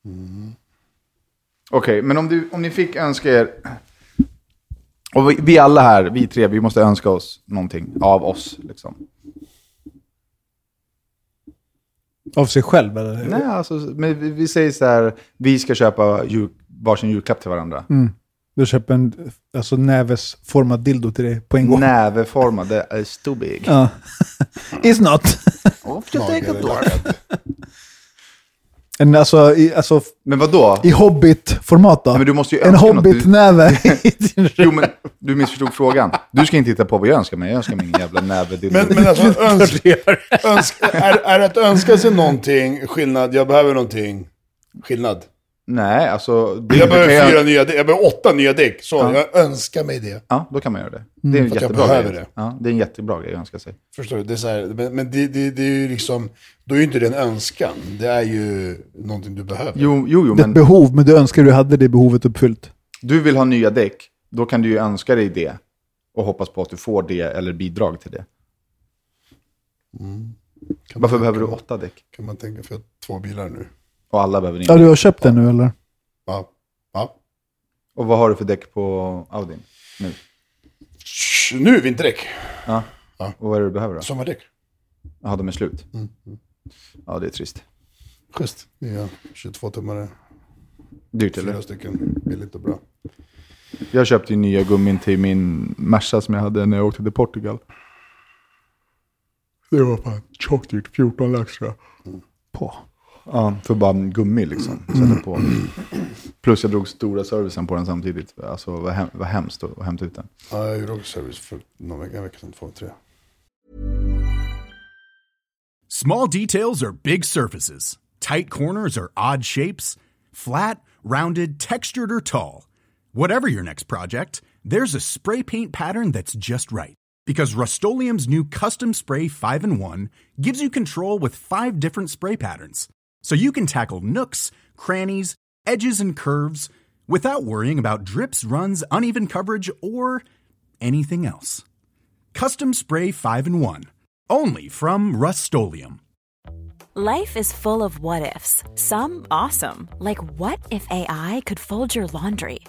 Speaker 3: Mm. Okej, men om, du, om ni fick önska er... Och vi, vi alla här, vi tre, vi måste önska oss någonting av oss. Liksom.
Speaker 4: Av sig själv eller?
Speaker 3: Nej, alltså, men vi, vi säger så här, vi ska köpa jul, varsin julklapp till varandra.
Speaker 4: Du köper en alltså, nävesformad dildo till dig på en gång.
Speaker 3: Näveformad, det är too big.
Speaker 4: Ja. It's not. En, alltså, i, alltså,
Speaker 3: Men vad då?
Speaker 4: i hobbit-format då?
Speaker 3: men du måste ju
Speaker 4: en
Speaker 3: önska något.
Speaker 4: hobbit-näve.
Speaker 3: Jo, men du missförstod frågan. Du ska inte titta på vad jag önskar mig. Jag önskar mig ingen jävla näve. Det-
Speaker 1: Men, men alltså, öns- öns- är, är att önska sig någonting skillnad, jag behöver någonting skillnad?
Speaker 3: Nej, alltså... det-
Speaker 1: Jag
Speaker 3: det kan
Speaker 1: behöver
Speaker 3: jag-
Speaker 1: fyra nya däck, jag behöver åtta nya däck. Så, jag önskar mig det.
Speaker 3: Ja, då kan man göra det. Det är en
Speaker 1: För att jag
Speaker 3: jättebra
Speaker 1: behöver
Speaker 3: grej.
Speaker 1: det.
Speaker 3: Ja, det är en jättebra grej jag önskar sig.
Speaker 1: Förstår du? Det är så här, men men det, det, det är ju liksom, då är ju inte det en önskan. Det är ju någonting du behöver.
Speaker 3: Jo, jo, jo
Speaker 4: Det är ett
Speaker 3: men
Speaker 4: behov, men du önskar du hade det behovet uppfyllt.
Speaker 3: du vill ha nya däck. Då kan du ju önska dig det och hoppas på att du får det eller bidrag till det.
Speaker 1: Kan
Speaker 3: Varför
Speaker 1: man,
Speaker 3: behöver du
Speaker 1: kan man-
Speaker 3: åtta däck?
Speaker 1: Kan man tänka, för jag har två bilar nu.
Speaker 3: Och alla behöver inte.
Speaker 4: Ja, du har köpt den nu eller?
Speaker 1: Ja. ja.
Speaker 3: Och vad har du för däck på Audin?
Speaker 1: Tsch, Nu är vinterdäck.
Speaker 3: Ja.
Speaker 1: Ja. Mm,
Speaker 3: Och vad är det du behöver då?
Speaker 1: Sommardäck.
Speaker 3: Jaha, de är slut. Ja, det är trist.
Speaker 1: Schysst. Nya 22-tummare.
Speaker 3: Dyrt eller?
Speaker 1: Fyra stycken. Billigt och bra.
Speaker 3: Jag köpte ju nya gummin till min Merca som jag hade när jag åkte till Portugal. Det var fan tjockt dyrt, 14 lax tror jag.
Speaker 4: På.
Speaker 3: Ja, för bara en gummi liksom. Sätta på. Plus jag drog stora servicen på den samtidigt. Alltså vad hem, vad hemskt att att hämta ut den.
Speaker 1: Ja, jag gjorde också service för någon vecka, en vecka sedan, två, tre.
Speaker 6: Small details are big surfaces. Tight corners are odd shapes. Flat, rounded, textured, or tall. Whatever your next project, there's a spray paint pattern that's just right. Because Rust new Custom Spray 5 in 1 gives you control with five different spray patterns. So you can tackle nooks, crannies, edges, and curves without worrying about drips, runs, uneven coverage, or anything else. Custom Spray 5 in 1. Only from Rust
Speaker 5: Life is full of what ifs. Some awesome, like what if AI could fold your laundry?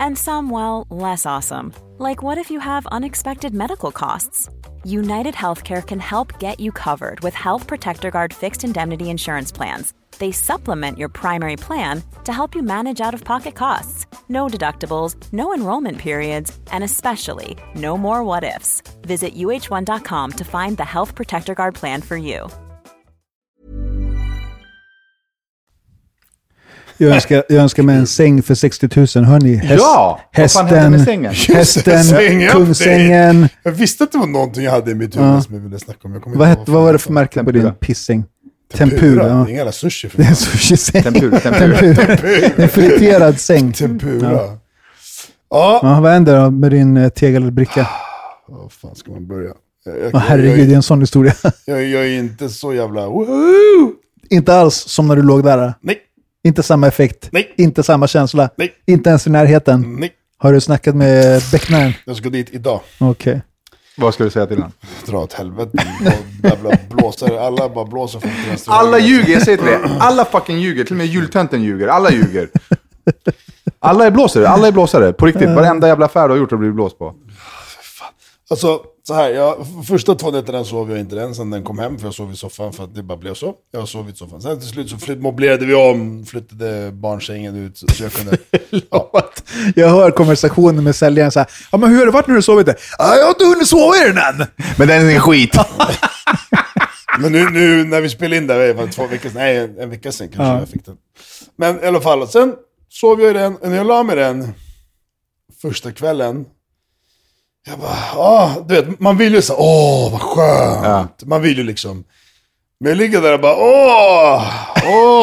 Speaker 5: And some, well, less awesome, like what if you have unexpected medical costs? United Healthcare can help get you covered with Health Protector Guard fixed indemnity insurance plans. They supplement your primary plan to help you manage out of pocket costs. No deductibles, no enrollment periods, and especially no more what ifs. Visit uh1.com to find the Health Protector Guard plan for you.
Speaker 4: Jag önskar, jag önskar mig en säng för 60 000. Hörni, häst,
Speaker 3: Ja! Vad fan hände med sängen?
Speaker 4: Hästen,
Speaker 1: Säng upp dig.
Speaker 4: kungsängen.
Speaker 1: Jag visste att det var någonting jag hade i mitt huvud som jag ville snacka om. Jag kommer
Speaker 4: Vad,
Speaker 1: inte ihåg
Speaker 4: hette, vad var det för märke på din
Speaker 3: Tempura.
Speaker 4: pissäng?
Speaker 1: Tempura.
Speaker 4: Tempura. ja.
Speaker 1: Det är en jävla sushi för
Speaker 4: Det är
Speaker 1: mig.
Speaker 4: en sushisäng.
Speaker 3: Tempur, tempur.
Speaker 4: En friterad säng.
Speaker 1: Tempura. Ja.
Speaker 4: Ja, vad händer då med din eh, tegelbricka?
Speaker 1: Ah, Var fan ska man börja? Jag, jag,
Speaker 4: Oh, herregud, det är en sån historia.
Speaker 1: jag, jag, jag är inte så jävla... Woohoo!
Speaker 4: inte alls som när du låg där. eh.
Speaker 1: Nej,
Speaker 4: Inte samma effekt.
Speaker 1: Nej.
Speaker 4: Inte samma känsla.
Speaker 1: Nej. Mm.
Speaker 4: Inte ens i närheten.
Speaker 1: nej.
Speaker 4: Har du snackat med becknaren?
Speaker 1: Jag ska dit idag.
Speaker 4: Okej.
Speaker 3: Vad ska du säga till honom?
Speaker 1: Dra åt helvete. Och jävla blåsare. Alla bara blåser från vänster.
Speaker 3: Alla ljuger, jag säger till dig. Alla fucking ljuger. Till och med jultönten ljuger. Alla ljuger. Alla är blåsare. Alla är blåsare. På riktigt. Varenda jävla affär du har gjort har blivit blåst på.
Speaker 1: Alltså, så här, jag, f- första två nätterna sov jag inte den, sen den kom hem, för jag sov i soffan, för att det bara blev så. Jag sov i soffan. Sen till slut så flytt, möblerade vi om, flyttade barnsängen ut, så jag kunde... ja.
Speaker 4: Att Jag hör konversationen med säljaren så här. Ja, men hur har det varit när du sovit där? Ja, jag har inte hunnit sova i den än.
Speaker 3: Men den är skit.
Speaker 1: Men nu, nu när vi spelade in det, var det två veckor sen? Nej, en, en vecka sen kanske jag fick den. Men i alla fall, sen sov jag i den, och när jag la mig i den, första kvällen, jag bara, ah, du vet, man vill ju så här, åh vad skönt. Man vill ju liksom. Men jag ligger där och bara, åh,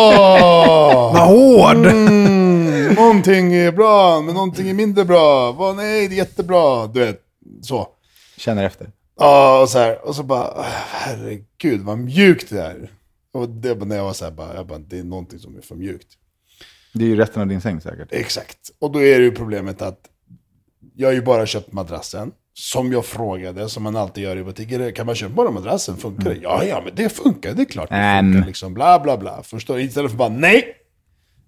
Speaker 1: åh.
Speaker 4: Vad hård.
Speaker 1: Mm, någonting är bra, men någonting är mindre bra. Vad, nej, det är jättebra. Du vet, så.
Speaker 3: Känner efter.
Speaker 1: Ja, och så här. Och så bara, "Åh, herregud vad mjukt det är. Och det var när jag var så här, bara, jag bara, det är någonting som är för mjukt.
Speaker 3: Det är ju resten av din säng säkert.
Speaker 1: Exakt. Och då är det ju problemet att jag har ju bara köpt madrassen. Som jag frågade, som man alltid gör i butiker. Kan man köpa bara madrassen? Funkar det? Ja, ja, men det funkar. Det är klart det
Speaker 3: Mm.
Speaker 1: funkar. Liksom. Bla, bla, bla. Förstår du? Istället för bara nej.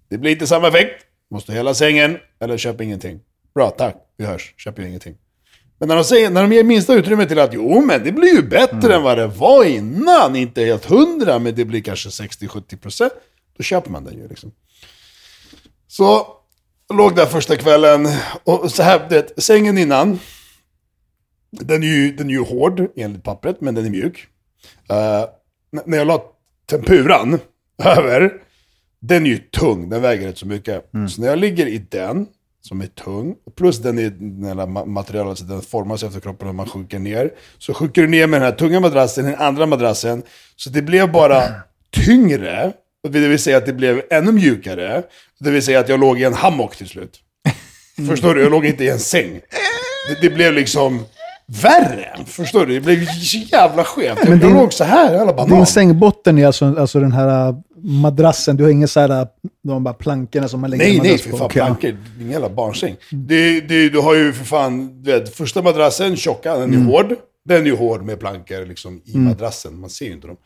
Speaker 1: Det blir inte samma effekt. Måste hela sängen. Eller köp ingenting. Bra, tack. Vi hörs. Köp ju ingenting. Men när de, säger, när de ger minsta utrymme till att jo, men det blir ju bättre än vad det var innan. Inte helt hundra, men det blir kanske 60-70 procent. Då köper man den ju liksom. Så jag låg där första kvällen och så här, du vet, sängen innan. Den är, ju, den är ju hård enligt pappret, men den är mjuk. Eh, n- när jag la tempuran över, den är ju tung, den väger rätt så mycket. Så när jag ligger i den, som är tung, och plus den är den här ma- materialet, så den formas efter kroppen och man sjunker ner. Så sjunker du ner med den här tunga madrassen, den andra madrassen, så det blev bara tyngre. Och Det vill säga att det blev ännu mjukare. Det vill säga att jag låg i en hammock till slut. Förstår du? Jag låg inte i en säng. Det, det blev liksom värre. Förstår du? Det blev så jävla skevt. Jag, jag låg så här, alla banan.
Speaker 4: Din sängbotten är alltså, alltså den här äh, madrassen. Du har inga så här, äh, de bara plankorna som man lägger
Speaker 1: Nej,
Speaker 4: en
Speaker 1: nej,
Speaker 4: madrass
Speaker 1: för
Speaker 4: på.
Speaker 1: fan.
Speaker 4: Okej, ja.
Speaker 1: Plankor, det är en jävla barnsäng. Du, du, du har ju för fan, du vet, första madrassen, tjocka, den är
Speaker 3: Mm.
Speaker 1: hård. Den är ju hård med plankor liksom, i madrassen, man ser ju inte dem.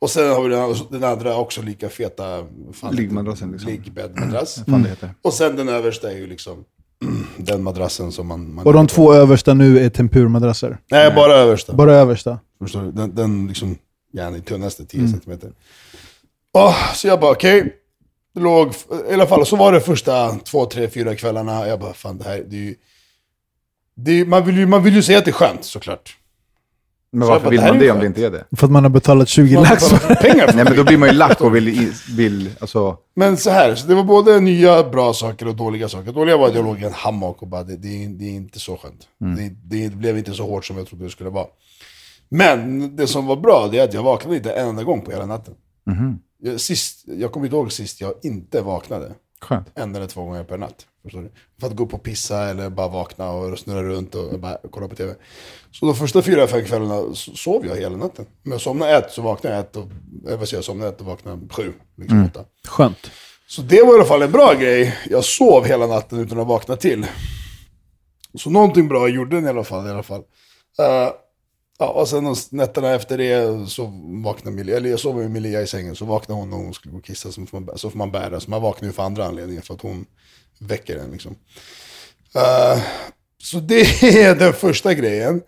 Speaker 1: Och sen har vi den, den andra också lika feta... fan,
Speaker 3: Liggmadrassen, liksom.
Speaker 1: Liggbäddmadrass.
Speaker 3: Fan det heter.
Speaker 1: Och sen den översta är ju liksom den madrassen som man... man
Speaker 4: Och de två översta nu är tempurmadrasser.
Speaker 1: Nej, bara översta.
Speaker 4: Bara översta.
Speaker 1: Förstår du? Den, den liksom, gärna i tunnaste 10
Speaker 3: Mm.
Speaker 1: centimeter. Åh, så jag bara, okej. Det låg, i alla fall så var det första två, tre, fyra kvällarna. Jag bara, fan det här, det är ju... Det är, ju- man, vill ju, man vill ju säga att det är skönt såklart.
Speaker 3: Men
Speaker 1: Så jag bara,
Speaker 3: varför vill
Speaker 1: det här
Speaker 3: man
Speaker 1: är ju
Speaker 3: det om det
Speaker 1: skönt.
Speaker 3: inte är det?
Speaker 4: För att man har betalat 20
Speaker 1: Man
Speaker 4: lax.
Speaker 1: betalar pengar för
Speaker 3: Nej, men då blir man ju lack och vill... i- vill alltså,
Speaker 1: Men så här, så det var både nya bra saker och dåliga saker. Dåliga var att jag låg i en hammock och bara, det, det, är- det är inte så skönt. Det, det blev inte så hårt som jag trodde det skulle vara. Men det som var bra, det är att jag vaknade inte en enda gång på hela natten. Jag, sist, jag kommer inte ihåg sist jag inte vaknade.
Speaker 3: skönt.
Speaker 1: En eller två gånger per natt. Förstår du? För att gå upp och pissa eller bara vakna och snurra runt och bara kolla på TV. Så de första fyra, fem kvällarna så- sov jag hela natten. Om jag somnade ett så vaknade jag ett och, eller vad säger jag, somnade ett och vaknade sju, liksom åtta.
Speaker 4: Skönt.
Speaker 1: Så det var i alla fall en bra grej. Jag sov hela natten utan att vakna till. Så någonting bra gjorde den i alla fall. I alla fall. Eh, ja, och sen de nätterna efter det så vaknade Milja, eller jag sov med Milja i sängen, så vaknade hon när hon skulle gå och kissa, så får man, bä- så får man bära. Så man vaknar ju för andra anledningar, för att hon väcker en liksom. Eh, så det är den första grejen.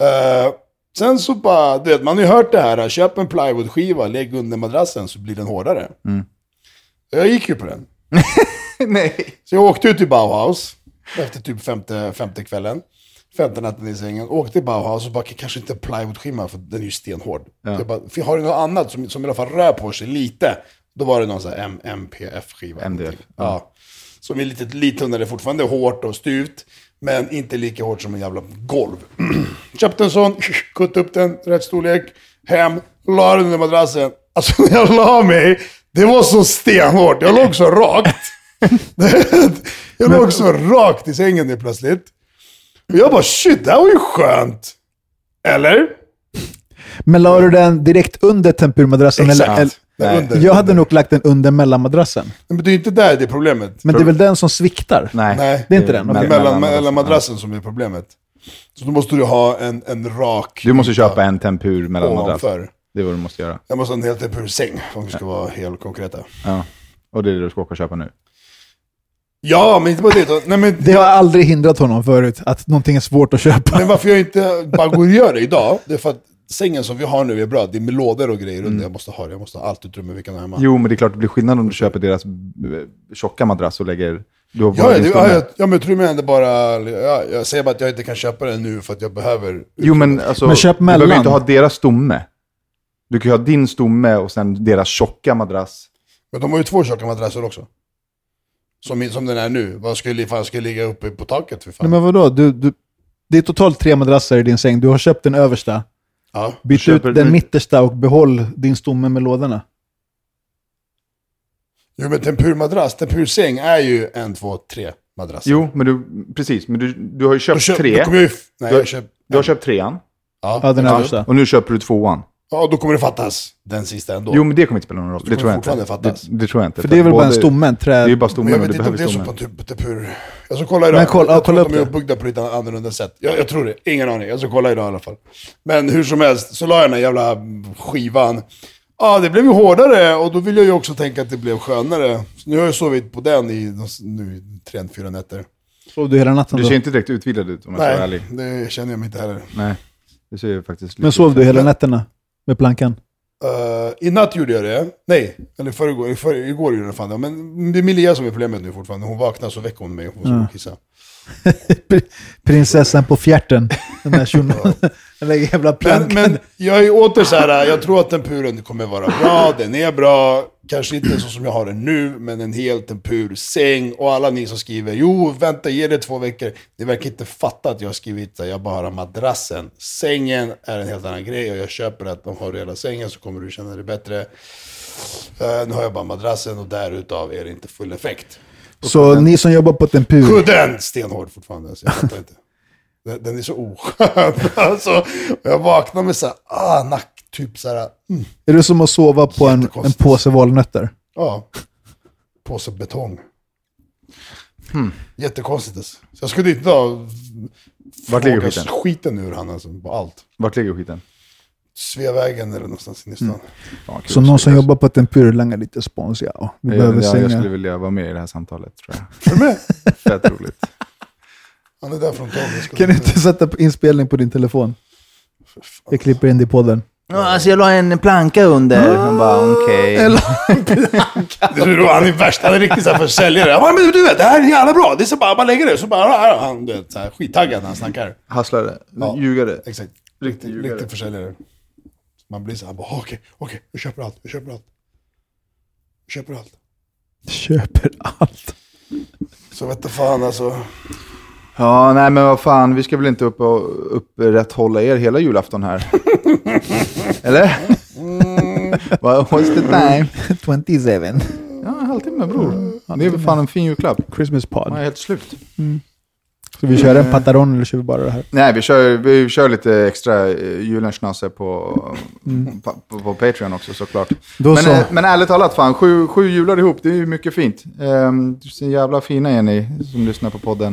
Speaker 1: Eh, sen så bara, du vet, man har ju hört det här, köp en plywoodskiva, lägg under madrassen så blir den hårdare. Jag gick ju på den.
Speaker 3: Nej.
Speaker 1: Så jag åkte ut till Bauhaus efter typ femte, femte kvällen. Femte natten i sängen. Åkte till Bauhaus och bara, kanske inte plywoodskiva för den är ju stenhård. Så jag bara, "För har du något annat som, som i alla fall rör på sig lite? Då var det någon sån här M- MPF-skiva.
Speaker 3: MDF,
Speaker 1: någonting. Ja. Som är lite, lite tunnare, fortfarande hårt och styvt. Men inte lika hårt som en jävla golv. Köpte en sån, kuttade upp den, rätt storlek, hem, la den under madrassen. Alltså när jag la mig, det var så stenhårt. Jag låg så rakt. jag låg så rakt i sängen helt plötsligt. Och jag bara, shit, det här var ju skönt. Eller?
Speaker 4: Men la du den direkt under tempurmadrassen?
Speaker 1: Exakt.
Speaker 4: Eller,
Speaker 1: Där under.
Speaker 4: eller, jag hade nog lagt den under mellanmadrassen.
Speaker 1: Men det är ju inte där det är problemet.
Speaker 4: Men det är väl den som sviktar?
Speaker 3: Nej.
Speaker 1: Nej.
Speaker 4: Det är inte den?
Speaker 1: Det är
Speaker 4: okej.
Speaker 1: mellan, mellan madrassen som är problemet. Så då måste du ha en, en rak...
Speaker 3: Du måste köpa en tempur mellan madrass.
Speaker 1: ovanför.
Speaker 3: Det är vad du måste göra.
Speaker 1: Jag måste ha en helt tempur säng om vi ska vara helt konkreta.
Speaker 3: Ja. Och det är det du ska åka och köpa nu.
Speaker 1: Ja, men inte bara det. utan- Nej, men,
Speaker 4: Det har aldrig hindrat honom förut, att någonting är svårt att köpa.
Speaker 1: men varför jag inte bara går och gör det idag, det är för att sängen som vi har nu är bra. Det är med lådor och grejer
Speaker 4: Mm.
Speaker 1: under. Jag måste ha det. Jag måste ha allt utrymme vi kan ha hemma.
Speaker 3: Jo, men det är klart det blir skillnad om du köper deras eh, tjocka madrass och lägger... Du har
Speaker 1: Ja,
Speaker 3: bara
Speaker 1: ja,
Speaker 3: din
Speaker 1: det,
Speaker 3: stumma.
Speaker 1: ja, jag, ja, men jag tror jag ändå bara... Ja, jag säger bara att jag inte kan köpa den nu för att jag behöver...
Speaker 3: Jo, men alltså...
Speaker 4: Men köp
Speaker 3: Du behöver
Speaker 4: mellan.
Speaker 3: ju inte ha deras stomme. Du kan ju ha din stomme och sen deras tjocka madrass.
Speaker 1: Men de har ju två tjocka madrasser också. Som, som den är nu. Vad skulle fan ska jag ligga uppe på taket för fan?
Speaker 4: Nej, men vadå? Du, du, det är totalt tre madrasser i din säng. Du har köpt den översta,
Speaker 1: ja.
Speaker 4: bytt ut
Speaker 3: köper
Speaker 4: den
Speaker 3: du-
Speaker 4: mittersta och behåll din stomme med lådorna.
Speaker 1: Jo, men tempurmadrass, tempursäng är ju en, två, tre madrasser.
Speaker 3: Jo, men du... Precis, men du, du har
Speaker 1: Då
Speaker 3: ju köpt
Speaker 1: köp-
Speaker 3: tre.
Speaker 1: Då kommer jag ju... f- Nej,
Speaker 3: Du-
Speaker 1: jag köp,
Speaker 3: Du har köpt trean.
Speaker 4: Ja, den
Speaker 1: ja.
Speaker 4: översta.
Speaker 3: Och nu köper du tvåan.
Speaker 1: Ja, då kommer det fattas den sista ändå.
Speaker 3: Jo, men det kommer inte spela någon roll. Det tror jag
Speaker 1: fortfarande
Speaker 3: inte.
Speaker 1: fattas.
Speaker 3: Det, det tror jag inte.
Speaker 4: För det är väl bara en
Speaker 3: Både-
Speaker 4: stomme? en
Speaker 3: Det är ju
Speaker 4: Trä...
Speaker 3: bara
Speaker 1: men
Speaker 3: stommen,
Speaker 1: jag
Speaker 3: men
Speaker 1: vet
Speaker 3: du
Speaker 1: inte om
Speaker 3: behöver
Speaker 1: det är så
Speaker 3: stommen.
Speaker 1: på typ tempur... Jag ska kolla idag.
Speaker 4: Men kolla- ja,
Speaker 1: jag tror
Speaker 4: kolla
Speaker 1: att de är
Speaker 4: upp det.
Speaker 1: uppbyggda på lite annorlunda sätt. Jag, jag tror det. Ingen aning. Jag ska kolla idag i alla fall. Men hur som helst, så la jag den här jävla skivan. Ja, det blev ju hårdare och då vill jag ju också tänka att det blev skönare. Så nu har jag sovit på den i de- nu, i tre, fyra nätter.
Speaker 4: Sov du hela natten
Speaker 3: Du ser
Speaker 4: då?
Speaker 3: inte direkt utvilad ut om jag ska vara
Speaker 1: Nej,
Speaker 3: ärlig.
Speaker 1: det känner jag mig inte heller.
Speaker 3: Nej. Det ser ju faktiskt
Speaker 4: Men sov du hela nätterna med plankan?
Speaker 1: Uh, I natt gjorde jag det. Nej, eller förrgår, i förr, igår gjorde jag det fan det. Men det är Milja som är problemet nu fortfarande. Hon vaknar så väcker hon mig och hon
Speaker 4: Mm.
Speaker 1: ska gå och kissa.
Speaker 4: Pri- Prinsessan på fjärten. Den där tjonan. Den där jävla plankan.
Speaker 1: Men, men jag är åter så här, jag tror att tempuren kommer vara bra, den är bra. Kanske inte så som jag har den nu, men en hel tempursäng. Och alla ni som skriver, jo vänta, ge det två veckor. Ni verkar inte fatta att jag har skrivit det, jag bara har madrassen. Sängen är en helt annan grej och jag köper att de har hela sängen så kommer du känna dig bättre. Eh, nu har jag bara madrassen och därutav är det inte full effekt.
Speaker 4: Så ni som jobbar på Tempur,
Speaker 1: Kudden! Stenhård fortfarande, så jag fattar inte. Den, den är så oskön. Alltså, jag vaknar med så här, ah, nack, typ så här, mm,
Speaker 4: är det som att sova på en, en
Speaker 1: Jättekonstigt.
Speaker 4: påse valnötter?
Speaker 1: ja, påse betong.
Speaker 3: Hmm.
Speaker 1: Jättekonstigt alltså. Så jag skulle inte ha
Speaker 3: Vart ligger
Speaker 1: frågat
Speaker 3: skiten?
Speaker 1: skiten ur han alltså, på allt.
Speaker 3: Vart ligger skiten?
Speaker 1: Sveavägen eller någonstans inne i stan.
Speaker 3: Hmm. Ja, kul.
Speaker 4: Så någon som jobbar på Tempur langar lite spons, ja. Vi
Speaker 3: jag,
Speaker 4: behöver
Speaker 3: jag, jag
Speaker 4: sänga.
Speaker 3: skulle vilja vara med i det här samtalet, tror jag. Är du
Speaker 1: med?
Speaker 3: Fett roligt.
Speaker 1: Han är där från Tom. jag skulle
Speaker 4: Kan du inte sätta på inspelning på din telefon? Jag klipper in det i podden.
Speaker 7: Alltså jag la en planka under.
Speaker 3: Ah,
Speaker 7: Han bara okej.
Speaker 1: Det är då han är värst, han är riktigt såhär försäljare. Ja, men du vet, det här är jävla bra. Det är så bara, man lägger det så bara, ah, ah, han du vet, så här, skittaggad när han snackar.
Speaker 3: Hasslare.
Speaker 1: Ja.
Speaker 3: Ljugare.
Speaker 1: Exakt.
Speaker 3: Riktig
Speaker 1: Riktig,
Speaker 3: ljugare.
Speaker 1: riktig försäljare. Man blir så här, bara, "Ah, okej, okej, jag köper allt, jag köper allt. Jag köper allt.
Speaker 4: Köper allt.
Speaker 1: Så vet du fan alltså.
Speaker 3: Ja, nej men vad fan, vi ska väl inte upp och upprätthålla er hela julafton här? Eller? What- What's the time?
Speaker 4: 27.
Speaker 3: Ja, en halvtimme bror. Det är väl fan en fin julklapp.
Speaker 4: Christmas
Speaker 3: Man
Speaker 4: pod. Eh.
Speaker 3: är helt slut.
Speaker 4: Ska vi köra en Pataron eller kör vi bara det här?
Speaker 3: Nej, vi kör, vi kör lite extra eh, julenschnasse på, pa- på, på Patreon också såklart.
Speaker 4: Då
Speaker 3: men,
Speaker 4: så.
Speaker 3: eh, men ärligt talat, fan, sju, sju jular ihop, det är ju mycket fint. Ehm, så jävla fina är ni som lyssnar på podden.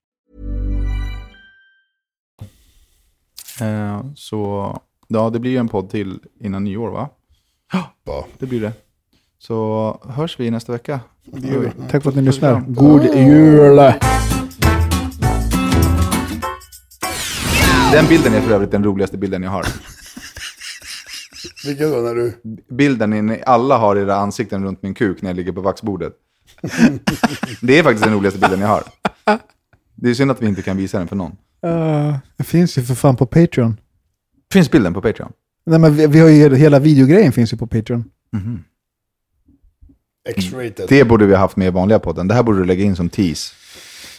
Speaker 3: Eh, så ja, det blir ju en podd till innan nyår va?
Speaker 1: Ja.
Speaker 3: Det blir det. Så hörs vi nästa vecka. Det gör vi.
Speaker 4: Tack för att ni lyssnar. God jul!
Speaker 3: Den bilden är för övrigt den roligaste bilden jag har.
Speaker 1: Vilket då när du...
Speaker 3: Bilden är ni alla har era ansikten runt min kuk när jag ligger på vaxbordet. Det är faktiskt den roligaste bilden jag har. Det är synd att vi inte kan visa den för någon.
Speaker 4: Uh, det finns ju för fan på Patreon.
Speaker 3: Finns bilden på Patreon?
Speaker 4: Nej, men vi, vi har ju, hela videogrejen finns ju på Patreon.
Speaker 1: X-rated.
Speaker 3: Det borde vi ha haft med i vanliga podden. Det här borde du lägga in som tease.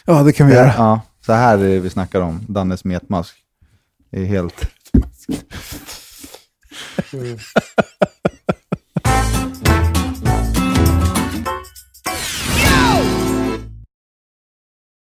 Speaker 4: Ja, det kan vi göra.
Speaker 3: Ja, så här är det vi snackar om. Dannes metmask. Det är helt...